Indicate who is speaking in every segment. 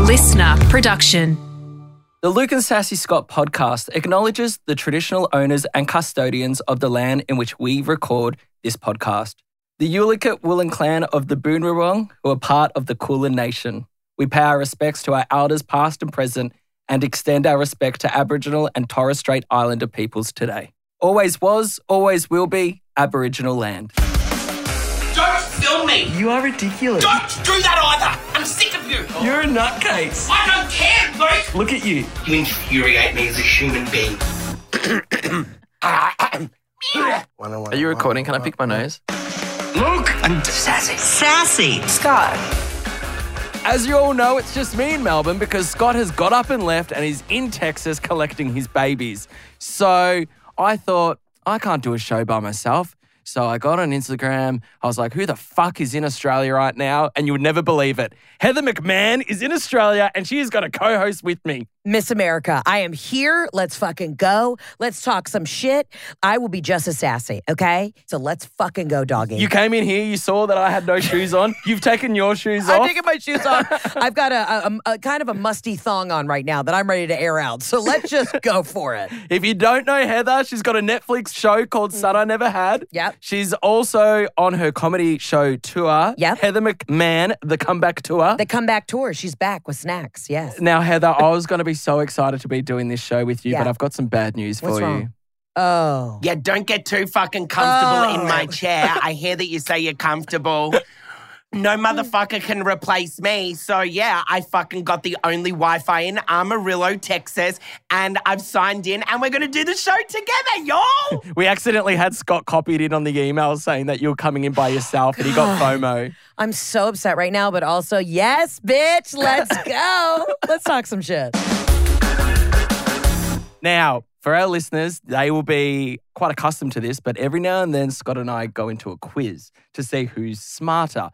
Speaker 1: listener production.
Speaker 2: The Luke and Sassy Scott podcast acknowledges the traditional owners and custodians of the land in which we record this podcast. The Ulikat Woolen clan of the Boonwurrung, who are part of the Kulin Nation. We pay our respects to our elders past and present and extend our respect to Aboriginal and Torres Strait Islander peoples today. Always was, always will be Aboriginal land.
Speaker 3: Don't film me.
Speaker 4: You are ridiculous.
Speaker 3: Don't do that either. I'm sick of you.
Speaker 4: You're a nutcase.
Speaker 3: I don't care, Luke.
Speaker 4: Look at you.
Speaker 3: You infuriate me as a human being.
Speaker 5: Are you recording? Can I pick my nose?
Speaker 3: Luke and Sassy.
Speaker 6: Sassy.
Speaker 2: As you all know, it's just me in Melbourne because Scott has got up and left and he's in Texas collecting his babies. So I thought, I can't do a show by myself. So I got on Instagram. I was like, who the fuck is in Australia right now? And you would never believe it. Heather McMahon is in Australia and she has got a co host with me.
Speaker 7: Miss America, I am here. Let's fucking go. Let's talk some shit. I will be just as sassy, okay? So let's fucking go, doggy.
Speaker 2: You came in here, you saw that I had no shoes on. You've taken your shoes off.
Speaker 7: I'm taking my shoes off. I've got a, a, a kind of a musty thong on right now that I'm ready to air out. So let's just go for it.
Speaker 2: If you don't know Heather, she's got a Netflix show called Son I Never Had.
Speaker 7: Mm. Yep.
Speaker 2: She's also on her comedy show tour.
Speaker 7: Yep.
Speaker 2: Heather McMahon, the comeback tour.
Speaker 7: The comeback tour. She's back with snacks. Yes.
Speaker 2: now, Heather, I was going to be so excited to be doing this show with you,
Speaker 7: Yeah.
Speaker 2: but I've got some bad news
Speaker 7: What's
Speaker 2: for you.
Speaker 7: wrong? Oh.
Speaker 3: Yeah, don't get too fucking comfortable
Speaker 7: Oh.
Speaker 3: in my chair. I hear that you say you're comfortable. No motherfucker can replace me. So, yeah, I fucking got the only Wi Fi in Amarillo, Texas, and I've signed in, and we're gonna do the show together, y'all.
Speaker 2: We accidentally had Scott copied in on the email saying that you were coming in by yourself and he got FOMO.
Speaker 7: I'm so upset right now, but also, yes, bitch, let's go. let's talk some shit.
Speaker 2: Now, for our listeners, they will be quite accustomed to this, but every now and then Scott and I go into a quiz to see who's smarter.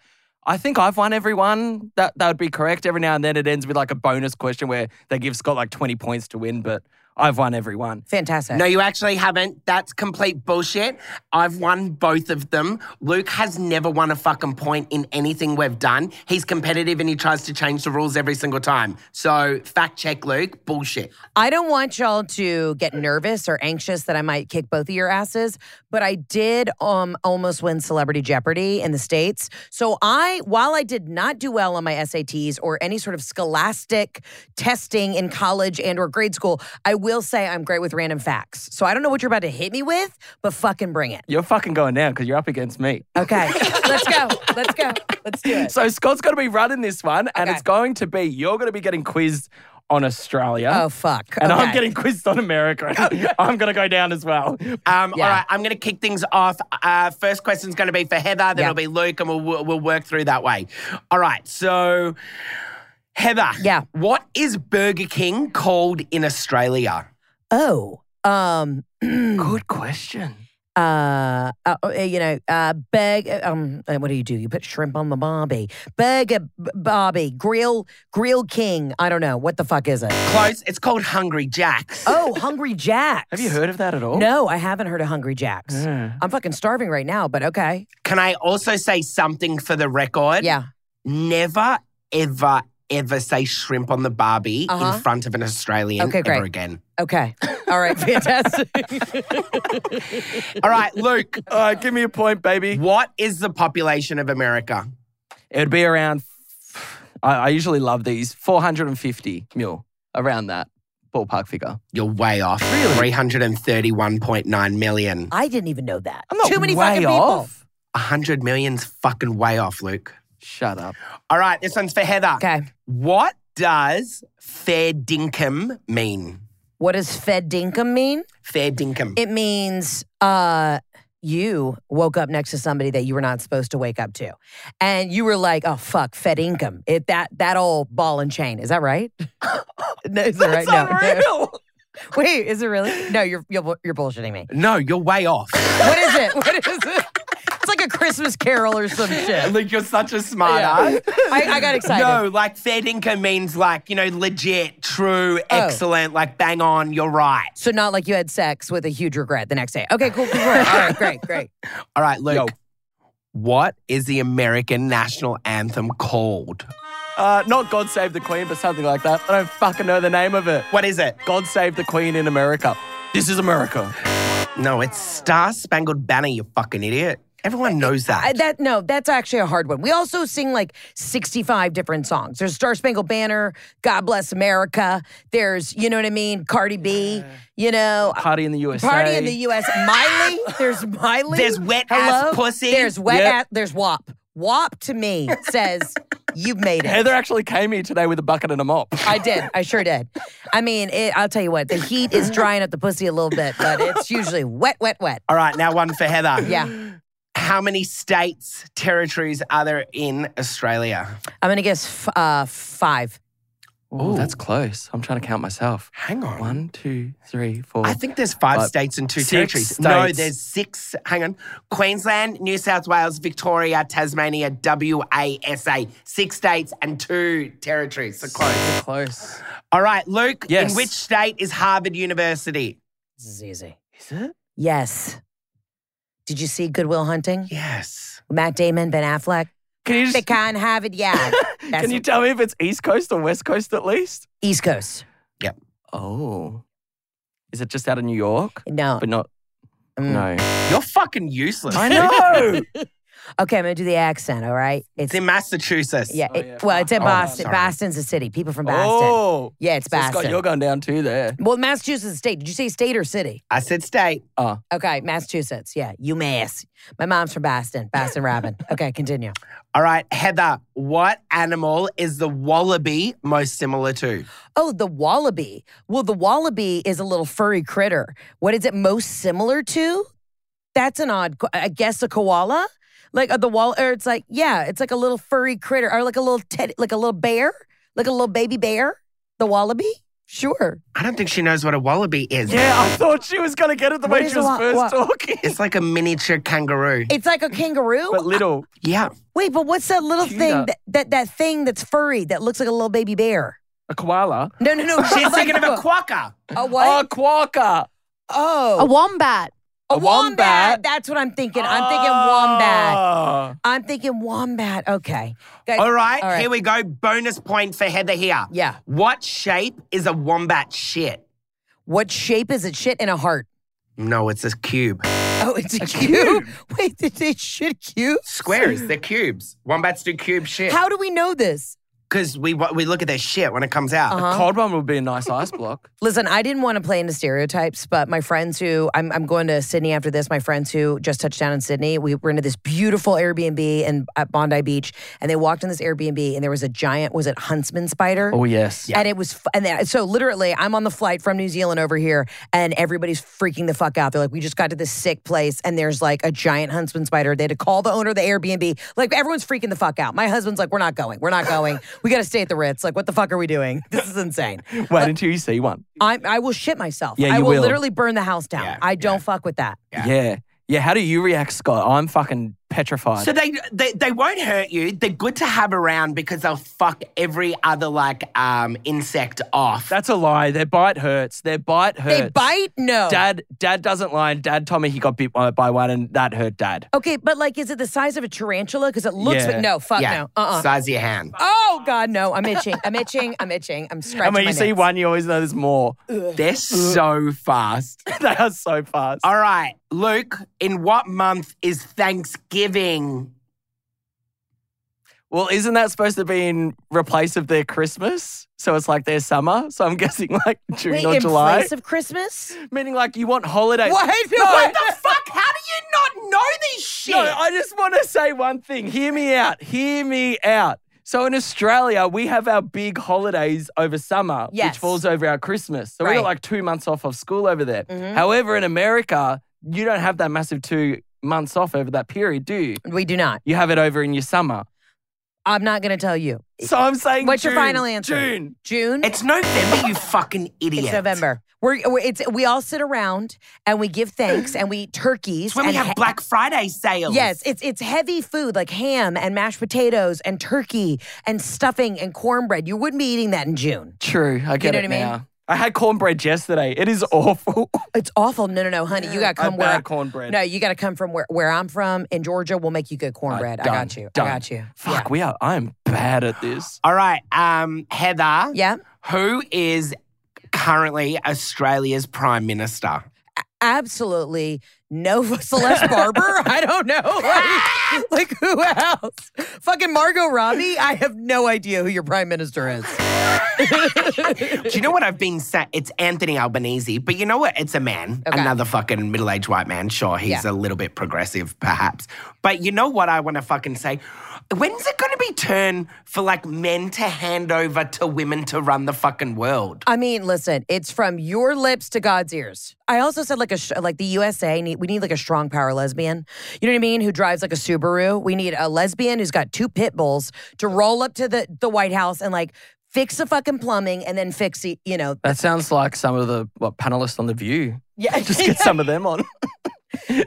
Speaker 2: I think I've won everyone. That that would be correct. Every now and then it ends with like a bonus question where they give Scott like 20 points to win, but I've won everyone.
Speaker 7: Fantastic.
Speaker 3: No, you actually haven't. That's complete bullshit. I've won both of them. Luke has never won a fucking point in anything we've done. He's competitive and he tries to change the rules every single time. So, fact check, Luke. Bullshit.
Speaker 7: I don't want y'all to get nervous or anxious that I might kick both of your asses, but I did um almost win Celebrity Jeopardy in the States. So I, while I did not do well on my SATs or any sort of scholastic testing in college and or grade school, I will say I'm great with random facts. So I don't know what you're about to hit me with, but fucking bring it.
Speaker 2: You're fucking going down because you're up against me.
Speaker 7: Okay. Let's go. Let's go. Let's do it.
Speaker 2: So Scott's going to be running this one, and
Speaker 7: Okay.
Speaker 2: it's going to be you're going to be getting quizzed on Australia.
Speaker 7: Oh fuck.
Speaker 2: and I'm
Speaker 7: Okay.
Speaker 2: getting quizzed on America. and I'm going to go down as well.
Speaker 3: Um,
Speaker 7: Yeah.
Speaker 3: All right, I'm going to kick things off. Uh, first question's going to be for Heather, then
Speaker 7: Yeah.
Speaker 3: it'll be Luke, and we'll, we'll we'll work through that way. All right, so Heather,
Speaker 7: Yeah.
Speaker 3: what is Burger King called in Australia?
Speaker 7: Oh. Um
Speaker 2: Good question.
Speaker 7: uh, uh uh, you know, uh, burger. Um, uh, what do you do? You put shrimp on the barbie, burger b- barbie, grill, grill king. I don't know what the fuck is it.
Speaker 3: Close. It's called Hungry Jack's.
Speaker 7: Oh, Hungry Jacks.
Speaker 2: Have you heard of that at all?
Speaker 7: No, I haven't heard of Hungry Jacks. I'm fucking starving right now, but okay.
Speaker 3: Can I also say something for the record?
Speaker 7: Yeah.
Speaker 3: Never, ever, ever say shrimp on the Barbie
Speaker 7: Uh-huh.
Speaker 3: in front of an Australian
Speaker 7: Okay, great.
Speaker 3: ever again.
Speaker 7: Okay. All right. Fantastic.
Speaker 3: All right, Luke,
Speaker 2: All right, give me a point, baby.
Speaker 3: what is the population of America?
Speaker 2: It'd be around, I, I usually love these, 450 mil, around that ballpark figure.
Speaker 3: You're way off. Really? 331.9 million.
Speaker 7: I didn't even know that.
Speaker 2: I'm not
Speaker 7: Too many
Speaker 2: way
Speaker 7: fucking
Speaker 2: off.
Speaker 3: 100 million's fucking way off, Luke.
Speaker 2: Shut up.
Speaker 3: All right, this one's for Heather.
Speaker 7: people. Okay.
Speaker 3: What does fair dinkum mean?
Speaker 7: What does Fed Dinkum mean?
Speaker 3: Fair dinkum.
Speaker 7: It means uh you woke up next to somebody that you were not supposed to wake up to. And you were like, oh fuck, Fed income. It that that old ball and chain. Is that right? no, is that right? No, no. Wait, is it really? No, you're you're, bu- you're bullshitting me.
Speaker 3: no, you're way off.
Speaker 7: What is it? What is it? It's like a Christmas carol or some shit.
Speaker 3: Luke, you're such a smart ass.
Speaker 7: I, I got excited.
Speaker 3: No, like fair dinkum means like, you know, legit, true,
Speaker 7: Oh.
Speaker 3: excellent, like bang on, you're right.
Speaker 7: So not like you had sex with a huge regret the next day. Okay, cool, cool, cool. All right, great, great.
Speaker 3: All right, Luke.
Speaker 2: Yo.
Speaker 3: What is the American national anthem called?
Speaker 2: Uh, not God Save the Queen, but something like that. I don't fucking know the name of it.
Speaker 3: What is it?
Speaker 2: God Save the Queen in America. This is America.
Speaker 3: No, it's Star Spangled Banner, you fucking idiot. Everyone knows that.
Speaker 7: I- that no, that's actually a hard one. We also sing like 65 different songs. There's Star Spangled Banner, God Bless America. There's, you know what I mean, Cardi B, you know, uh,
Speaker 2: Party in the USA.
Speaker 7: Party in the US, Miley. There's Miley.
Speaker 3: There's wet ass
Speaker 7: Hello?
Speaker 3: pussy.
Speaker 7: There's wet
Speaker 2: Yep.
Speaker 7: ass, there's WAP. WAP to me says you've made it.
Speaker 2: Heather actually came here today with a bucket and a mop.
Speaker 7: I did. I sure did. I mean, it, I'll tell you what, the heat is drying up the pussy a little bit, but it's usually wet, wet, wet.
Speaker 3: All right, now one for Heather.
Speaker 7: Yeah.
Speaker 3: How many states, territories are there in Australia?
Speaker 7: I'm going to guess f- uh, five.
Speaker 5: Ooh,
Speaker 2: Oh, that's close. I'm trying to count myself.
Speaker 3: Hang on.
Speaker 2: One, two, three, four.
Speaker 3: I think there's five
Speaker 2: Five.
Speaker 3: states and two
Speaker 2: uh, Six
Speaker 3: territories.
Speaker 2: states.
Speaker 3: No, there's six. Hang on. Queensland, New South Wales, Victoria, Tasmania, WASA. Six states and two territories. So close.
Speaker 2: close.
Speaker 3: All right, Luke,
Speaker 2: Yes.
Speaker 3: in which state is Harvard University?
Speaker 7: This is easy.
Speaker 2: Is it?
Speaker 7: Yes. Did you see Goodwill Hunting?
Speaker 3: Yes.
Speaker 7: Matt Damon, Ben Affleck.
Speaker 2: Can you
Speaker 7: They
Speaker 2: just,
Speaker 7: can't have it, yeah. That's
Speaker 2: can you tell me if it's East Coast or West Coast at least?
Speaker 7: East Coast.
Speaker 2: Oh. Is it just out of New York?
Speaker 7: No.
Speaker 2: But not.
Speaker 7: Mm.
Speaker 2: No.
Speaker 3: You're fucking useless.
Speaker 2: I know.
Speaker 7: Okay, I'm gonna do the accent. All right. It's
Speaker 3: It's in Massachusetts.
Speaker 7: yeah.
Speaker 2: Oh,
Speaker 7: it-
Speaker 2: yeah.
Speaker 7: Well, it's in
Speaker 2: Oh,
Speaker 7: Boston.
Speaker 3: sorry.
Speaker 7: Boston's a city. People from Boston.
Speaker 2: oh.
Speaker 7: Yeah, it's
Speaker 2: So
Speaker 7: Boston.
Speaker 2: Scott, you're going down too there.
Speaker 7: well, Massachusetts is a state. Did you say state or city?
Speaker 3: I said state.
Speaker 2: Ah.
Speaker 7: Okay, Massachusetts. Yeah, UMass. My mom's from Boston. Boston Robin. Okay, continue.
Speaker 3: All right, Heather, what animal is the wallaby most similar to?
Speaker 7: Oh, the wallaby. Well, the wallaby is a little furry critter. What is it most similar to? That's an odd. qu- I guess a koala. Like uh, the wall, or it's like yeah, it's like a little furry critter, or like a little teddy, like a little bear, like a little baby bear. The wallaby. Sure.
Speaker 3: I don't think she knows what a wallaby is.
Speaker 2: Yeah, I thought she was going to get it the
Speaker 7: What
Speaker 2: way
Speaker 7: is
Speaker 2: she was
Speaker 7: wa-
Speaker 2: first
Speaker 7: wa-
Speaker 2: talking.
Speaker 3: It's like a miniature kangaroo.
Speaker 7: It's like a kangaroo.
Speaker 2: But little.
Speaker 3: yeah.
Speaker 7: Wait, but what's that little
Speaker 2: Cheetah.
Speaker 7: thing that, that that thing that's furry that looks like a little baby bear?
Speaker 2: A koala.
Speaker 7: No, no, no.
Speaker 3: She's
Speaker 7: like
Speaker 3: thinking of a
Speaker 7: a-
Speaker 3: quokka.
Speaker 7: A what?
Speaker 2: A quokka.
Speaker 7: oh,
Speaker 1: A wombat.
Speaker 7: A,
Speaker 2: A
Speaker 7: wombat.
Speaker 2: wombat. Oh.
Speaker 7: That's what I'm thinking. I'm thinking wombat.
Speaker 2: wombat.
Speaker 7: I'm thinking wombat. Okay. Guys,
Speaker 3: All right,
Speaker 7: All right.
Speaker 3: here we go. Bonus point for Heather here.
Speaker 7: yeah.
Speaker 3: What shape is a wombat shit?
Speaker 7: What shape is it? Shit in a heart.
Speaker 3: No, it's a cube.
Speaker 7: Oh, it's a, cube. Wait, did they shit cube?
Speaker 3: Squares, they're cubes. Wombats do cube shit.
Speaker 7: How do we know this?
Speaker 3: Because we wa- we look at their shit when it comes out.
Speaker 7: Uh-huh.
Speaker 2: A cold one would be a nice ice block.
Speaker 7: Listen, I didn't want to play into stereotypes, but my friends who I'm, I'm going to Sydney after this, my friends who just touched down in Sydney, we were into this beautiful Airbnb in at Bondi Beach, and they walked in this Airbnb and there was a giant, was it huntsman spider?
Speaker 2: Oh, yes.
Speaker 7: And it was, f- and then, so literally, I'm on the flight from New Zealand over here, and everybody's freaking the fuck out. They're like, we just got to this sick place, and there's like a giant huntsman spider. They had to call the owner of the Airbnb. Like, everyone's freaking the fuck out. My husband's like, we're not going. We're not going. we got to stay at the Ritz. Like, what the fuck are we doing? This is insane.
Speaker 2: Wait until you see one.
Speaker 7: I, I will shit myself.
Speaker 2: Yeah,
Speaker 7: I
Speaker 2: you
Speaker 7: will,
Speaker 2: will.
Speaker 7: literally burn the house down.
Speaker 3: Yeah,
Speaker 7: I don't fuck with that.
Speaker 3: Yeah.
Speaker 2: Yeah. yeah. How do you react, Scott? I'm fucking petrified.
Speaker 3: So they, they they won't hurt you. They're good to have around because they'll fuck every other like um insect off.
Speaker 2: That's a lie. Their bite hurts. Their bite hurts.
Speaker 7: They bite?
Speaker 3: Oh.
Speaker 7: No.
Speaker 2: Dad, dad doesn't lie. Dad told me he got bit by by one, and that hurt dad.
Speaker 7: Okay, but like, is it the size of a tarantula? Because it looks,
Speaker 2: Yeah.
Speaker 7: no, fuck
Speaker 3: yeah,
Speaker 7: no. Uh uh
Speaker 3: size of your hand.
Speaker 7: Oh God, no! I'm itching. I'm itching. I'm itching. I'm scratching.
Speaker 2: And when
Speaker 7: my
Speaker 2: you see
Speaker 7: nips.
Speaker 2: one, you always know there's more.
Speaker 3: They're so fast.
Speaker 2: they are so fast.
Speaker 3: All right, Luke. In what month is Thanksgiving?
Speaker 2: Well, isn't that supposed to be in replace of their Christmas? So it's like their summer. So I'm guessing like June
Speaker 7: Wait,
Speaker 2: or
Speaker 7: in
Speaker 2: July.
Speaker 7: place of Christmas?
Speaker 2: Meaning like you want holiday.
Speaker 7: What?
Speaker 2: No,
Speaker 7: What
Speaker 3: The fuck? How do you not know this shit?
Speaker 2: No, I just want to say one thing. Hear me out. Hear me out. So in Australia, we have our big holidays over summer,
Speaker 7: Yes.
Speaker 2: which falls over our Christmas. So we
Speaker 7: Right.
Speaker 2: got like two months off of school over there.
Speaker 7: Mhm.
Speaker 2: However, in America, you don't have that massive two months off over that period, do you?
Speaker 7: We do not.
Speaker 2: You have it over in your summer.
Speaker 7: I'm not going to tell you.
Speaker 2: So I'm saying,
Speaker 7: What's your
Speaker 2: June,
Speaker 7: final answer?
Speaker 2: June.
Speaker 7: June.
Speaker 3: it's November. You fucking idiot.
Speaker 7: It's November. We're, we're- it's we all sit around and we give thanks and we eat turkeys.
Speaker 3: It's when we
Speaker 7: and
Speaker 3: have
Speaker 7: ha-
Speaker 3: Black Friday sales.
Speaker 7: Yes, it's it's heavy food like ham and mashed potatoes and turkey and stuffing and cornbread. You wouldn't be eating that in June.
Speaker 2: True. I get
Speaker 7: know
Speaker 2: it
Speaker 7: what I mean?
Speaker 2: now. I had cornbread yesterday. It is awful.
Speaker 7: It's awful. No, no, no, honey. You got to
Speaker 2: I
Speaker 7: come where.
Speaker 2: bad cornbread.
Speaker 7: No, you got to come from where, where I'm from in Georgia. We'll make you good cornbread. I
Speaker 2: done,
Speaker 7: got you.
Speaker 2: done.
Speaker 7: I got you.
Speaker 2: Fuck, we are. I'm bad at this.
Speaker 3: All right, um, Heather,
Speaker 7: Yeah.
Speaker 3: who is currently Australia's Prime Minister?
Speaker 7: Absolutely no Celeste Barber. I don't know. Like, like, who else? Fucking Margot Robbie. I have no idea who your prime minister is.
Speaker 3: Do you know what I've been saying? It's Anthony Albanese, but you know what? It's a man,
Speaker 7: Okay.
Speaker 3: another fucking middle aged white man. Sure, he's
Speaker 7: Yeah.
Speaker 3: a little bit progressive, perhaps. But you know what I want to fucking say? When's it going to be turn for like men to hand over to women to run the fucking world?
Speaker 7: I mean, listen, it's from your lips to God's ears. I also said like a sh- like the USA need we need like a strong power lesbian. You know what I mean? Who drives like a Subaru? We need a lesbian who's got two pit bulls to roll up to the the White House and like fix the fucking plumbing and then fix the you know.
Speaker 2: That sounds like some of the what panelists on the View.
Speaker 7: Yeah,
Speaker 2: Just get some of them on.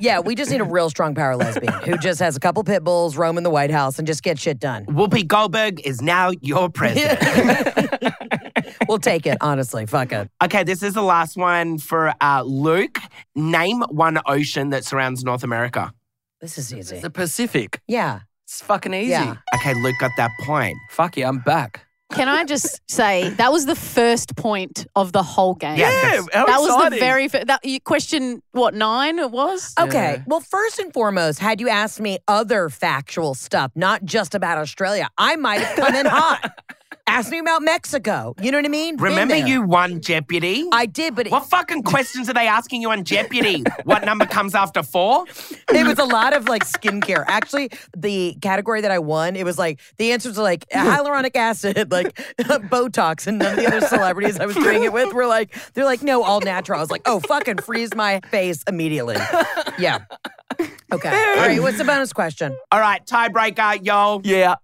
Speaker 7: yeah. We just need a real strong power lesbian who just has a couple pit bulls roaming the White House and just get shit done.
Speaker 3: Whoopi Goldberg is now your president.
Speaker 7: We'll take it honestly. Fuck it.
Speaker 3: Okay, this is the last one for uh, Luke. Name one ocean that surrounds North America.
Speaker 7: This is easy.
Speaker 2: The Pacific.
Speaker 7: Yeah,
Speaker 2: It's fucking easy.
Speaker 7: yeah.
Speaker 3: Okay, Luke got that point.
Speaker 2: Fuck yeah, I'm back.
Speaker 1: Can I just say that was the first point of the whole game?
Speaker 3: Yeah, that's-
Speaker 2: how
Speaker 1: that was the
Speaker 2: exciting. Uh,
Speaker 1: very first. That you question what nine it was.
Speaker 7: Okay.
Speaker 2: Yeah.
Speaker 7: Well, first and foremost, had you asked me other factual stuff, not just about Australia, I might have come in hot. Ask me about Mexico. You know what I mean? Been
Speaker 3: Remember
Speaker 7: there.
Speaker 3: you won Jeopardy?
Speaker 7: I did, but it,
Speaker 3: what fucking questions are they asking you on Jeopardy? what number comes after four?
Speaker 7: it was a lot of like skincare. Actually, the category that I won, it was like the answers were like hyaluronic acid, like Botox, and none of the other celebrities I was doing it with were like, they're like, no, all natural. I was like, oh, fucking freeze my face immediately. Yeah. Okay. All right. What's the bonus question?
Speaker 3: All right, tiebreaker, yo.
Speaker 2: Yeah.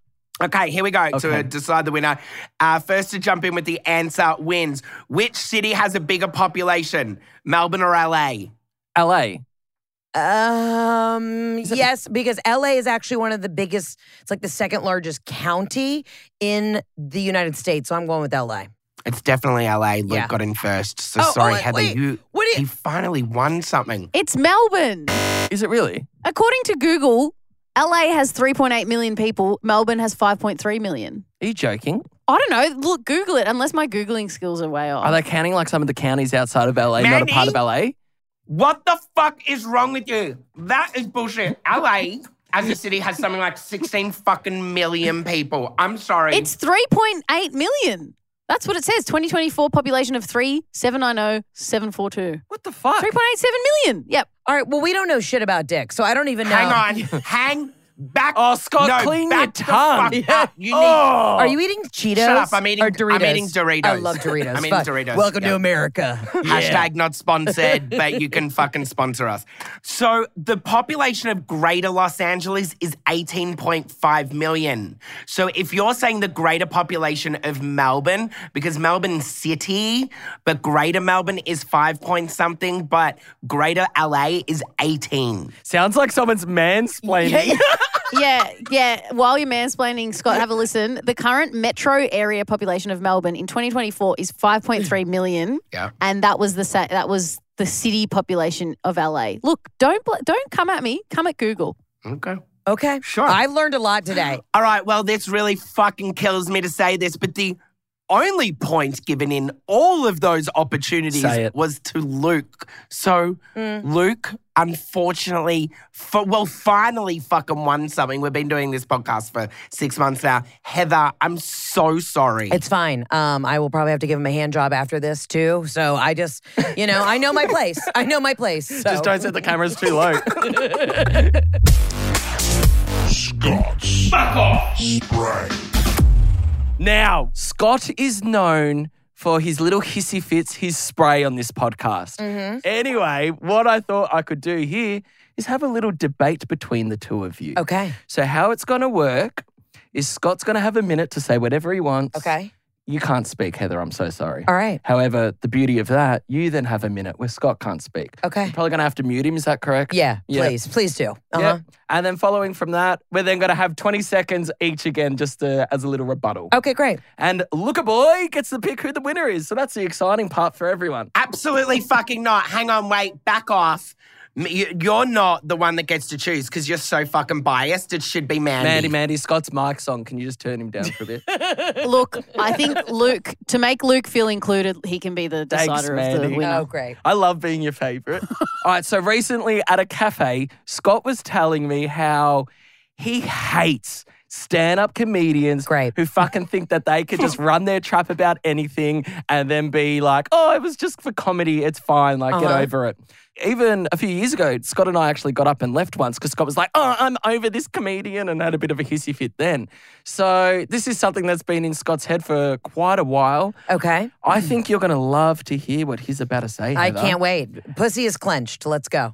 Speaker 3: Okay, here we go
Speaker 2: Okay.
Speaker 3: to decide the winner. Uh, first to jump in with the answer wins. Which city has a bigger population, Melbourne or LA?
Speaker 2: LA.
Speaker 7: Um. Yes, because LA is actually one of the biggest. It's like the second largest county in the United States. So I'm going with LA.
Speaker 3: It's definitely LA. Luke
Speaker 7: Yeah.
Speaker 3: got in first. So
Speaker 7: Oh,
Speaker 3: sorry,
Speaker 7: oh,
Speaker 3: Heather,
Speaker 7: wait,
Speaker 3: you,
Speaker 7: What do
Speaker 3: you finally won something.
Speaker 1: It's Melbourne.
Speaker 2: Is it really?
Speaker 1: According to Google, LA has 3.8 million people. Melbourne has 5.3 million.
Speaker 2: Are you joking?
Speaker 1: I don't know. Look, Google it. Unless my googling skills are way off.
Speaker 2: Are they counting like some of the counties outside of LA, not a part of LA?
Speaker 3: What the fuck is wrong with you? That is bullshit. LA as a city has something like 16 fucking million people. I'm sorry.
Speaker 1: It's 3.8 million. That's what it says. 2024 population of 3,790,742.
Speaker 2: What the fuck?
Speaker 1: 3.87 million. Yep.
Speaker 7: All right. Well, we don't know shit about dick, so I don't even know.
Speaker 3: Hang on. Hang back.
Speaker 2: Oh, Scott,
Speaker 3: no,
Speaker 2: clean
Speaker 3: back
Speaker 2: your
Speaker 3: the
Speaker 2: tongue. Oh.
Speaker 3: fuck up. You need.
Speaker 7: Are you eating Cheetos?
Speaker 3: Oh. Shut up. I'm eating-
Speaker 7: or
Speaker 3: I'm
Speaker 7: Doritos.
Speaker 3: eating Doritos.
Speaker 7: I love Doritos.
Speaker 3: I'm eating
Speaker 7: Fuck.
Speaker 3: Doritos,
Speaker 7: Welcome
Speaker 3: yeah.
Speaker 7: to America.
Speaker 3: Hashtag not sponsored, but you can fucking sponsor us. So the population of greater Los Angeles is 18.5 million. So if you're saying the greater population of Melbourne, because Melbourne City, but greater Melbourne is 5 point something, but greater LA is 18.
Speaker 2: Sounds like someone's mansplaining.
Speaker 1: Yeah, yeah. While you're mansplaining, Scott, have a listen. The current metro area population of Melbourne in 2024 is 5.3 million.
Speaker 3: Yeah.
Speaker 1: And that was the sa- that was the city population of LA. Look, don't bl- don't come at me. Come at Google.
Speaker 3: Okay.
Speaker 7: Okay.
Speaker 3: Sure.
Speaker 7: I've learned a lot today.
Speaker 3: All right, well, this really fucking kills me to say this, but the only point given in all of those opportunities
Speaker 2: Say it.
Speaker 3: was to Luke. So
Speaker 7: Mm.
Speaker 3: Luke, unfortunately, for, well, finally fucking won something. We've been doing this podcast for six months now. Heather, I'm so sorry.
Speaker 7: It's fine. Um, I will probably have to give him a hand job after this too. So I just, you know, I know my place. I know my place. so.
Speaker 2: Just don't set the cameras too low.
Speaker 6: Scott's
Speaker 4: Fuck off.
Speaker 6: Spray.
Speaker 2: now, Scott is known for his little hissy fits, his spray on this podcast. Anyway, what I thought I could do here is have a little debate between the two of you.
Speaker 7: Okay.
Speaker 2: So, how it's going to work is Scott's going to have a minute to say whatever he wants.
Speaker 7: Okay.
Speaker 2: You can't speak, Heather. I'm so sorry.
Speaker 7: All right.
Speaker 2: However, the beauty of that, you then have a minute where Scott can't speak.
Speaker 7: Okay.
Speaker 2: You're probably going to have to mute him. Is that correct?
Speaker 7: Yeah,
Speaker 2: Yeah.
Speaker 7: please, please do. Uh-huh.
Speaker 2: Yeah. And then following from that, we're then going to have 20 seconds each again just to, as a little rebuttal.
Speaker 7: Okay, great.
Speaker 2: And look a boy gets to pick who the winner is. So that's the exciting part for everyone.
Speaker 3: Absolutely fucking not. Hang on, wait, back off. M- you- You're not the one that gets to choose because you're so fucking biased. It should be Mandy.
Speaker 2: Mandy, Mandy, Scott's mic's on. Can you just turn him down for a bit?
Speaker 1: Look, I think Luke, to make Luke feel included, he can be the
Speaker 2: Thanks,
Speaker 1: decider of
Speaker 2: Mandy.
Speaker 1: the winner.
Speaker 7: Oh, great.
Speaker 2: I love being your favorite. All right. So recently at a cafe, Scott was telling me how he hates stand up comedians
Speaker 7: Great.
Speaker 2: who fucking think that they could just run their trap about anything and then be like, oh, it was just for comedy. It's fine. Like, get
Speaker 7: Uh-huh.
Speaker 2: over it. Even a few years ago, Scott and I actually got up and left once because Scott was like, oh, I'm over this comedian and had a bit of a hissy fit then. So this is something that's been in Scott's head for quite a while.
Speaker 7: Okay.
Speaker 2: I think you're going to love to hear what he's about to say.
Speaker 7: I
Speaker 2: Heather.
Speaker 7: can't wait. Pussy is clenched. Let's go.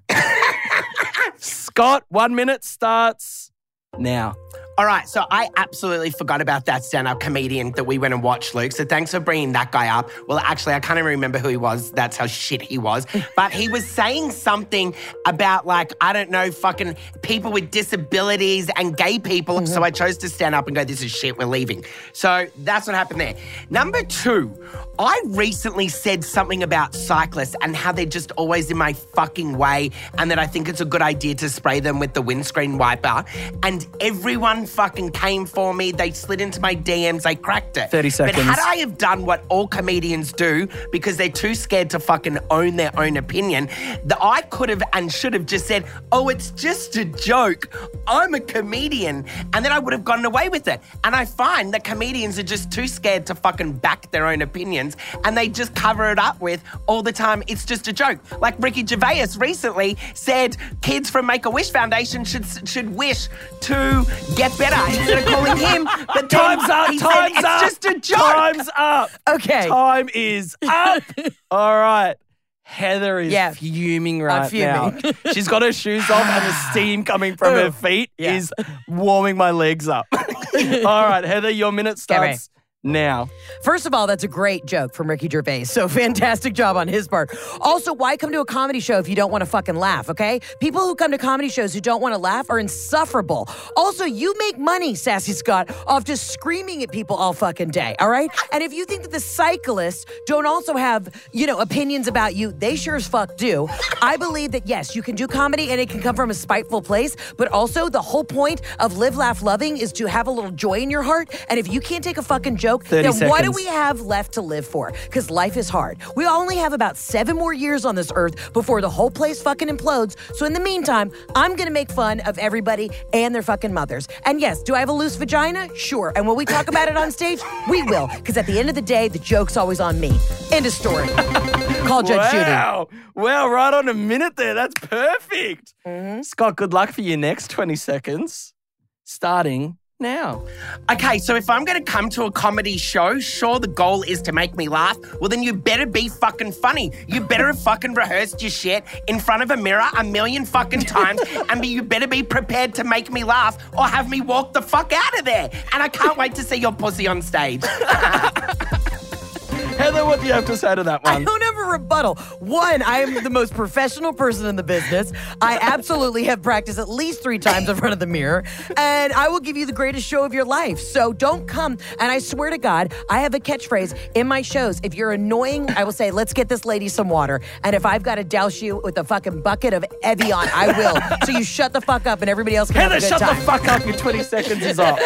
Speaker 2: Scott, one minute starts now.
Speaker 3: All right, so I absolutely forgot about that stand up comedian that we went and watched, Luke. So thanks for bringing that guy up. Well, actually, I can't even remember who he was. That's how shit he was. But he was saying something about, like, I don't know, fucking people with disabilities and gay people. So I chose to stand up and go, this is shit, we're leaving. So that's what happened there. Number two, I recently said something about cyclists and how they're just always in my fucking way and that I think it's a good idea to spray them with the windscreen wiper. And everyone fucking came for me. They slid into my DMs. They cracked it.
Speaker 2: 30
Speaker 3: But
Speaker 2: seconds.
Speaker 3: had I have done what all comedians do because they're too scared to fucking own their own opinion, that I could have and should have just said, oh, it's just a joke. I'm a comedian. And then I would have gotten away with it. And I find that comedians are just too scared to fucking back their own opinions and they just cover it up with all the time, it's just a joke. Like Ricky Gervais recently said, kids from Make a Wish Foundation should should wish to get better instead of calling him. But then
Speaker 2: Time's up.
Speaker 3: he said,
Speaker 2: time's
Speaker 3: it's
Speaker 2: up.
Speaker 3: just a joke.
Speaker 2: Time's up.
Speaker 7: Okay.
Speaker 2: Time is up. All right. Heather is
Speaker 7: Yeah.
Speaker 2: fuming right
Speaker 7: fuming.
Speaker 2: now. She's got her shoes off and the steam coming from her feet
Speaker 7: Yeah.
Speaker 2: is warming my legs up. All right, Heather, your minute
Speaker 7: mate.
Speaker 2: starts now.
Speaker 7: First of all, that's a great joke from Ricky Gervais. So fantastic job on his part. Also, why come to a comedy show if you don't want to fucking laugh, okay? People who come to comedy shows who don't want to laugh are insufferable. Also, you make money, Sassy Scott, off just screaming at people all fucking day, all right? And if you think that the cyclists don't also have, you know, opinions about you, they sure as fuck do. I believe that yes, you can do comedy and it can come from a spiteful place, but also the whole point of live, laugh, loving is to have a little joy in your heart. And if you can't take a fucking joke,
Speaker 2: 30
Speaker 7: then what do
Speaker 2: seconds.
Speaker 7: we have left to live for? Because life is hard. We only have about seven more years on this earth before the whole place fucking implodes. So in the meantime, I'm gonna make fun of everybody and their fucking mothers. And yes, do I have a loose vagina? Sure. And when we talk about it on stage, we will. Because at the end of the day, the joke's always on me. End of story. Call Judge Judy.
Speaker 2: wow. Wow, right on a minute there. That's perfect.
Speaker 7: Mm-hmm.
Speaker 2: Scott, good luck for your next 20 seconds. Starting now.
Speaker 3: Okay, so if I'm going to come to a comedy show, sure, the goal is to make me laugh. Well, then you better be fucking funny. You better have fucking rehearsed your shit in front of a mirror a million fucking times, and be, you better be prepared to make me laugh or have me walk the fuck out of there. And I can't wait to see your pussy on stage.
Speaker 2: Heather, what do you have to say to that
Speaker 7: I
Speaker 2: one?
Speaker 7: don't have a rebuttal. One, I am the most professional person in the business. I absolutely have practiced at least three times in front of the mirror, and I will give you the greatest show of your life. So don't come. And I swear to God, I have a catchphrase in my shows. If you're annoying, I will say, let's get this lady some water. And if I've got to douse you with a fucking bucket of Evian, I will. so you shut the fuck up and everybody else can
Speaker 2: Heather,
Speaker 7: have a good
Speaker 2: shut
Speaker 7: time.
Speaker 2: the fuck up. Your 20 seconds is up.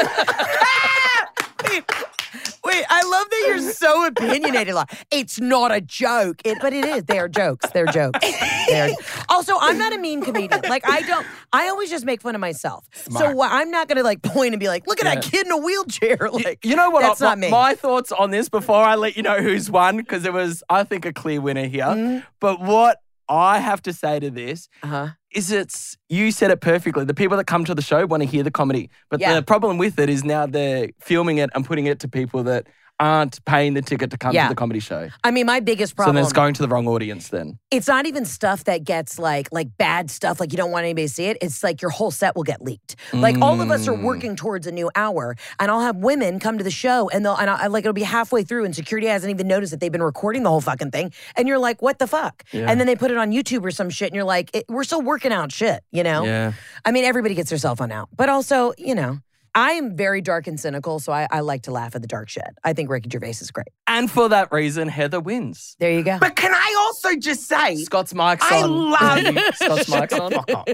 Speaker 7: Wait, I love that you're so opinionated. Like, it's not a joke, it, but it is. They are jokes. They're jokes. They're- Also, I'm not a mean comedian. Like, I don't. I always just make fun of myself. So wh- I'm not gonna like point and be like, "Look at that kid in a wheelchair." Like,
Speaker 2: Uh, You know what?
Speaker 7: That's
Speaker 2: I-
Speaker 7: not
Speaker 2: my,
Speaker 7: me.
Speaker 2: my thoughts on this before I let you know who's won, because there was, I think, a clear winner here. But what I have to say to this
Speaker 7: Mm. uh-huh.
Speaker 2: is it's, you said it perfectly. The people that come to the show want to hear the comedy. But
Speaker 7: Yeah.
Speaker 2: the problem with it is now they're filming it and putting it to people that aren't paying the ticket to come
Speaker 7: Yeah.
Speaker 2: to the comedy show.
Speaker 7: I mean, my biggest
Speaker 2: So then
Speaker 7: problem.
Speaker 2: it's going to the wrong audience then.
Speaker 7: it's not even stuff that gets like like bad stuff like you don't want anybody to see it it's like your whole set will get leaked like all of us are working towards a new hour and i'll have women come to the show and they'll and I, like it'll be halfway through and security hasn't even noticed that they've been recording the whole fucking thing and you're like what the fuck and then they put it on youtube or some shit and you're like it, we're still working out shit you know
Speaker 2: Yeah.
Speaker 7: i mean everybody gets their cell phone out but also you know i am very dark and cynical so i, I like to laugh at the dark shit i think ricky gervais is great
Speaker 2: And for that reason, Heather wins.
Speaker 7: there you go
Speaker 3: But can I also just say,
Speaker 2: Scott's mic's
Speaker 3: I
Speaker 2: on.
Speaker 3: love-
Speaker 2: Scott's mic's on.
Speaker 3: Fuck off.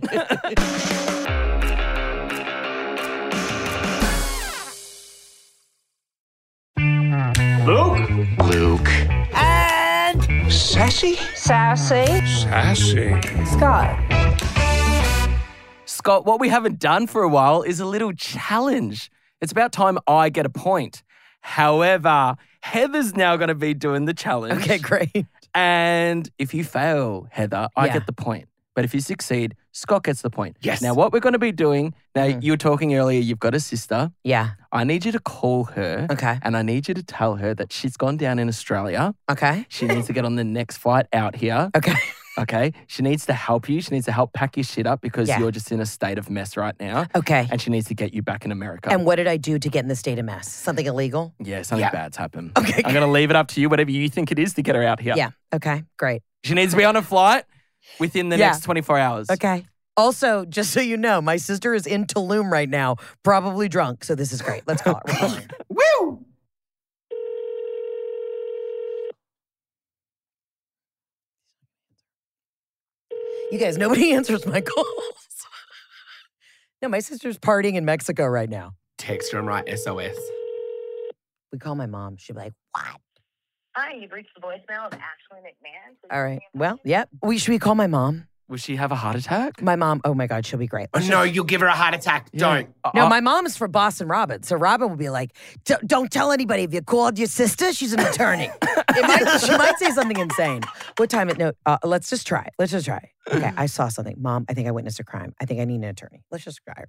Speaker 6: Luke.
Speaker 7: and
Speaker 6: Sassy?
Speaker 8: Sassy.
Speaker 6: Sassy.
Speaker 8: Scott.
Speaker 2: Scott, what we haven't done for a while is a little challenge. It's about time I get a point. However, Heather's now going to be doing the challenge.
Speaker 7: okay great
Speaker 2: And if you fail, Heather, I
Speaker 7: Yeah.
Speaker 2: get the point. But if you succeed, Scott gets the point.
Speaker 3: Yes.
Speaker 2: Now, what we're going to be doing now,
Speaker 7: Mhm.
Speaker 2: you were talking earlier, you've got a sister.
Speaker 7: yeah
Speaker 2: I need you to call her
Speaker 7: okay
Speaker 2: and I need you to tell her that she's gone down in Australia.
Speaker 7: okay
Speaker 2: She needs to get on the next flight out here.
Speaker 7: Okay.
Speaker 2: Okay. She needs to help you. She needs to help pack your shit up because
Speaker 7: Yeah.
Speaker 2: you're just in a state of mess right now.
Speaker 7: Okay.
Speaker 2: And she needs to get you back in America.
Speaker 7: And what did I do to get in this state of mess? Something illegal?
Speaker 2: yeah, something
Speaker 3: Yeah.
Speaker 2: bad's happened.
Speaker 7: Okay.
Speaker 2: I'm going to leave it up to you, whatever you think it is, to get her out here.
Speaker 7: Yeah. Okay. Great.
Speaker 2: She needs to be on a flight within the
Speaker 7: Yeah.
Speaker 2: next 24 hours.
Speaker 7: Okay. Also, just so you know, my sister is in Tulum right now, probably drunk. So this is great. Let's call it.
Speaker 3: Woo!
Speaker 7: you guys, nobody answers my calls. no, my sister's partying in Mexico right now.
Speaker 3: Text her and write SOS.
Speaker 7: We call my mom. She'd be like, "What?"
Speaker 8: Hi, you've reached the voicemail of Ashley McMahon. Please
Speaker 7: All right.
Speaker 8: leave me a
Speaker 7: Well,
Speaker 8: message.
Speaker 7: yep. We should we call my mom?
Speaker 2: Will she have a heart attack?
Speaker 7: My mom. Oh my God, she'll be great.
Speaker 3: Oh, no, you'll give her a heart attack. Don't.
Speaker 7: No,
Speaker 2: Uh,
Speaker 7: my mom is from Boston Robin. So Robin will be like, "D- don't tell anybody if you called your sister, she's an attorney. it might, she might say something insane. What time it? No, uh, let's just try. Let's just try. Okay, I saw something. Mom, I think I witnessed a crime. I think I need an attorney. Let's just try.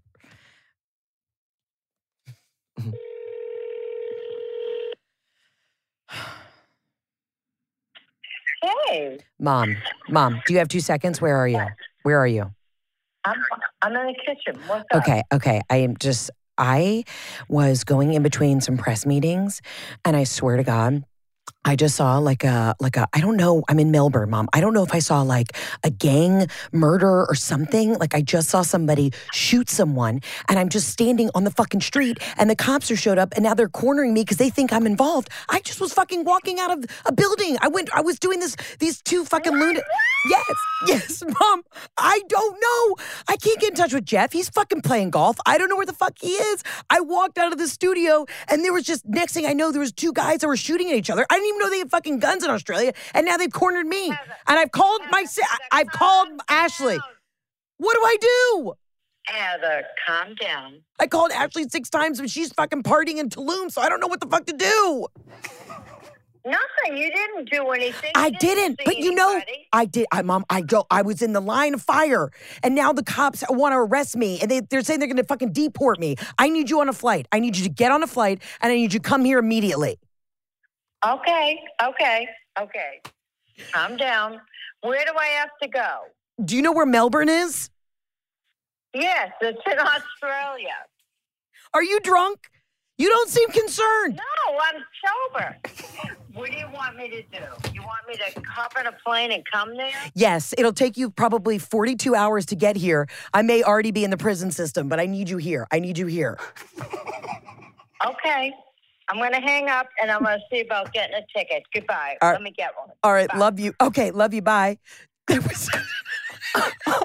Speaker 8: Hey,
Speaker 7: Mom, mom, do you have two seconds? Where are you? Where are you?
Speaker 8: I'm, I'm in the kitchen. What's up?
Speaker 7: Okay, okay. I am just, I was going in between some press meetings, and I swear to God, I just saw like a like a I don't know I'm in Melbourne mom I don't know if I saw like a gang murder or something like I just saw somebody shoot someone and I'm just standing on the fucking street and the cops are showed up and now they're cornering me cuz they think I'm involved I just was fucking walking out of a building I went I was doing this these two fucking lunatics Yes yes mom I don't know I can't get in touch with Jeff he's fucking playing golf I don't know where the fuck he is I walked out of the studio and there was just next thing I know there was two guys that were shooting at each other. I didn't even know they had fucking guns in Australia, and now they've cornered me. And I've called my si- I- I've called Ashley. What do I do?
Speaker 8: Heather, calm down.
Speaker 7: I called Ashley six times, but she's fucking partying in Tulum, so I don't know what the fuck to do.
Speaker 8: Nothing. You didn't do anything.
Speaker 7: I
Speaker 8: You
Speaker 7: didn't,
Speaker 8: see
Speaker 7: but you know,
Speaker 8: anybody.
Speaker 7: I did. I, Mom, I don't. I was in the line of fire, and now the cops want to arrest me, and they, they're saying they're going to fucking deport me. I need you on a flight. I need you to get on a flight, and I need you to come here immediately.
Speaker 8: Okay, okay, okay. Calm down. Where do I have to go?
Speaker 7: Do you know where Melbourne is?
Speaker 8: Yes, it's in Australia.
Speaker 7: Are you drunk? You don't seem concerned.
Speaker 8: No, I'm sober. What do you want me to do? You want me to hop on a plane and come there?
Speaker 7: Yes, it'll take you probably 42 hours to get here. I may already be in the prison system, but I need you here. I need you here.
Speaker 8: Okay. I'm going to hang up and I'm going to see about getting a ticket. Goodbye.
Speaker 7: All right.
Speaker 8: Let me get one.
Speaker 7: All right,
Speaker 8: Bye.
Speaker 7: love you. Okay, love you. Bye. That was.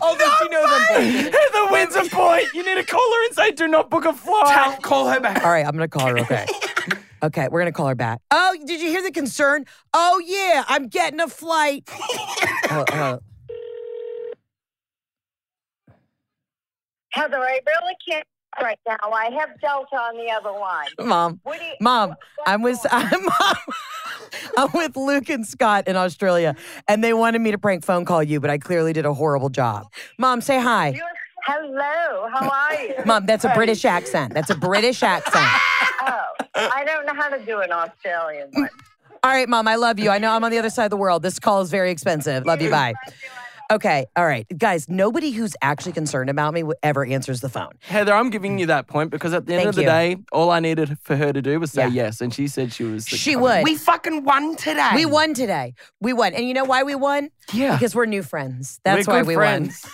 Speaker 7: Although she knows I'm bullshitting.
Speaker 2: Uh-uh. Heather wins a point. You need to call her and say, do not book a flight.
Speaker 3: Tell, call her back.
Speaker 7: All right, I'm gonna call her. Okay. Okay, we're gonna call her back. Oh, did you hear the concern? Oh yeah, I'm getting a flight. Oh, oh.
Speaker 8: Heather, I really can't right now. I have Delta on the other line.
Speaker 7: Mom,
Speaker 8: What do you,
Speaker 7: Mom,
Speaker 8: what's
Speaker 7: I'm with
Speaker 8: going on?
Speaker 7: I'm, I'm with Luke and Scott in Australia, and they wanted me to prank phone call you, but I clearly did a horrible job. Mom, say hi.
Speaker 8: You're, hello. How are you?
Speaker 7: Mom, that's a British accent. That's a British accent.
Speaker 8: Oh, I don't know how to do an Australian one.
Speaker 7: All right, mom, I love you. I know I'm on the other side of the world. This call is very expensive. Love you. Bye. Okay, all right. Guys, nobody who's actually concerned about me would ever answers the phone.
Speaker 2: Heather, I'm giving you that point because at the end
Speaker 7: Thank
Speaker 2: of the
Speaker 7: you.
Speaker 2: day, all I needed for her to do was say
Speaker 7: Yeah.
Speaker 2: yes, and she said she was. the
Speaker 7: She
Speaker 2: cunt.
Speaker 7: would.
Speaker 3: We fucking won today.
Speaker 7: We won today. We won. And you know why we won?
Speaker 2: Yeah.
Speaker 7: Because we're new friends. That's
Speaker 2: We're
Speaker 7: why
Speaker 2: good
Speaker 7: we
Speaker 2: friends.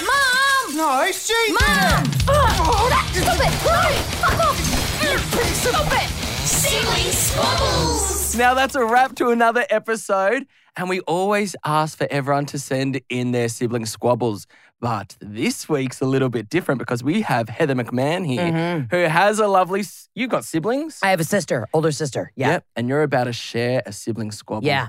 Speaker 1: Mom! No, she Mom! Oh, Stop it! Fuck off! Stop it! Silly squabbles!
Speaker 2: Now that's a wrap to another episode. And we always ask for everyone to send in their sibling squabbles. But this week's a little bit different because we have Heather McMahon here, who has a lovely. s- You got siblings?
Speaker 7: Mm-hmm. I have a sister, older sister. Yeah.
Speaker 2: Yep. And you're about to share a sibling squabble.
Speaker 7: Yeah.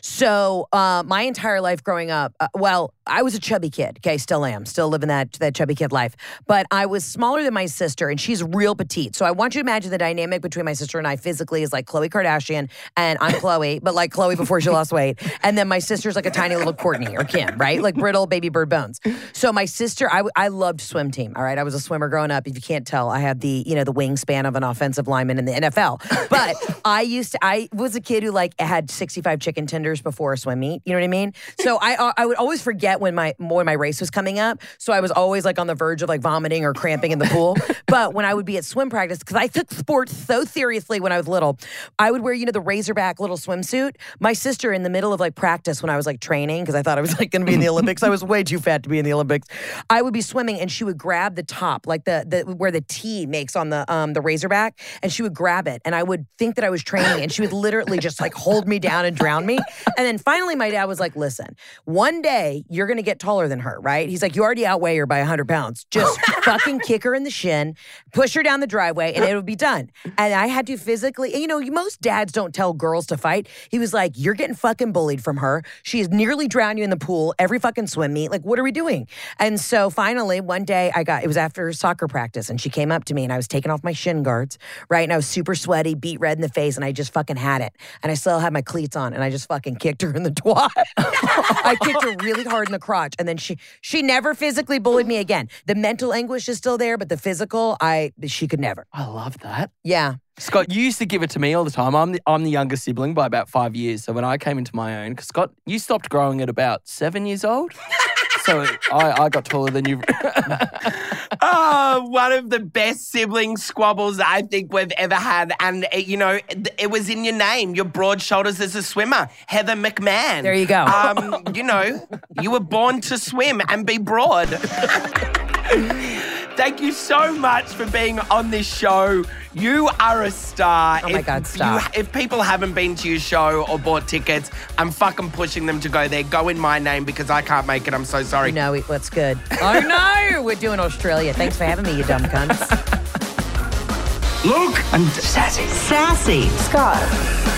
Speaker 7: So uh, my entire life growing up, uh, well, I was a chubby kid. Okay, still am, still living that that chubby kid life. But I was smaller than my sister, and she's real petite. So I want you to imagine the dynamic between my sister and I physically is like Khloe Kardashian, and I'm Chloe, but like Chloe before she lost weight, and then my sister's like a tiny little Courtney or Kim, right? Like brittle baby bird bones. So my sister, I I loved swim team. All right, I was a swimmer growing up. If you can't tell, I had the you know the wingspan of an offensive lineman in the NFL. But I used to, I was a kid who like had 65 chicken tenders before a swim meet. You know what I mean? So I I would always forget when my when my race was coming up. So I was always like on the verge of like vomiting or cramping in the pool. but when I would be at swim practice, because I took sports so seriously when I was little, I would wear you know the Razorback little swimsuit. My sister in the middle of like practice when I was like training because I thought I was like going to be in the Olympics. I was way too fat to be in the Olympics. I would be swimming and she would grab the top like the the where the T makes on the um the Razorback and she would grab it and I would think that I was training and she would literally just like hold me down and drown me. And then finally my dad was like, "Listen, one day you're going to get taller than her, right?" He's like, "You already outweigh her by 100 pounds. Just fucking kick her in the shin, push her down the driveway and it'll be done." And I had to physically, and you know, most dads don't tell girls to fight. He was like, "You're getting fucking bullied from her. She has nearly drowned you in the pool every fucking swim meet. Like, what are we doing?" And so finally, one day, I got it was after soccer practice, and she came up to me, and I was taking off my shin guards, right? And I was super sweaty, beat red in the face, and I just fucking had it. And I still had my cleats on, and I just fucking kicked her in the twat. I kicked her really hard in the crotch, and then she she never physically bullied me again. The mental anguish is still there, but the physical, I she could never.
Speaker 2: I love that.
Speaker 7: Yeah.
Speaker 2: Scott, you used to give it to me all the time. I'm the, I'm the younger sibling by about five years. So when I came into my own, 'cause Scott, you stopped growing at about seven years old. so I, I got taller than you.
Speaker 3: Oh, one of the best sibling squabbles I think we've ever had. And, uh, you know, it, it was in your name, your broad shoulders as a swimmer, Heather McMahon.
Speaker 7: There you go.
Speaker 3: Um, you know, you were born to swim and be broad. Thank you so much for being on this show. You are a star.
Speaker 7: Oh my God, stop.
Speaker 3: you- if people haven't been to your show or bought tickets, I'm fucking pushing them to go there. Go in my name because I can't make it. I'm so sorry.
Speaker 7: You know, it- what's good? I know. We're doing Australia. Thanks for having me, you dumb cunts.
Speaker 6: Luke and Sassy.
Speaker 9: Sassy. Scott.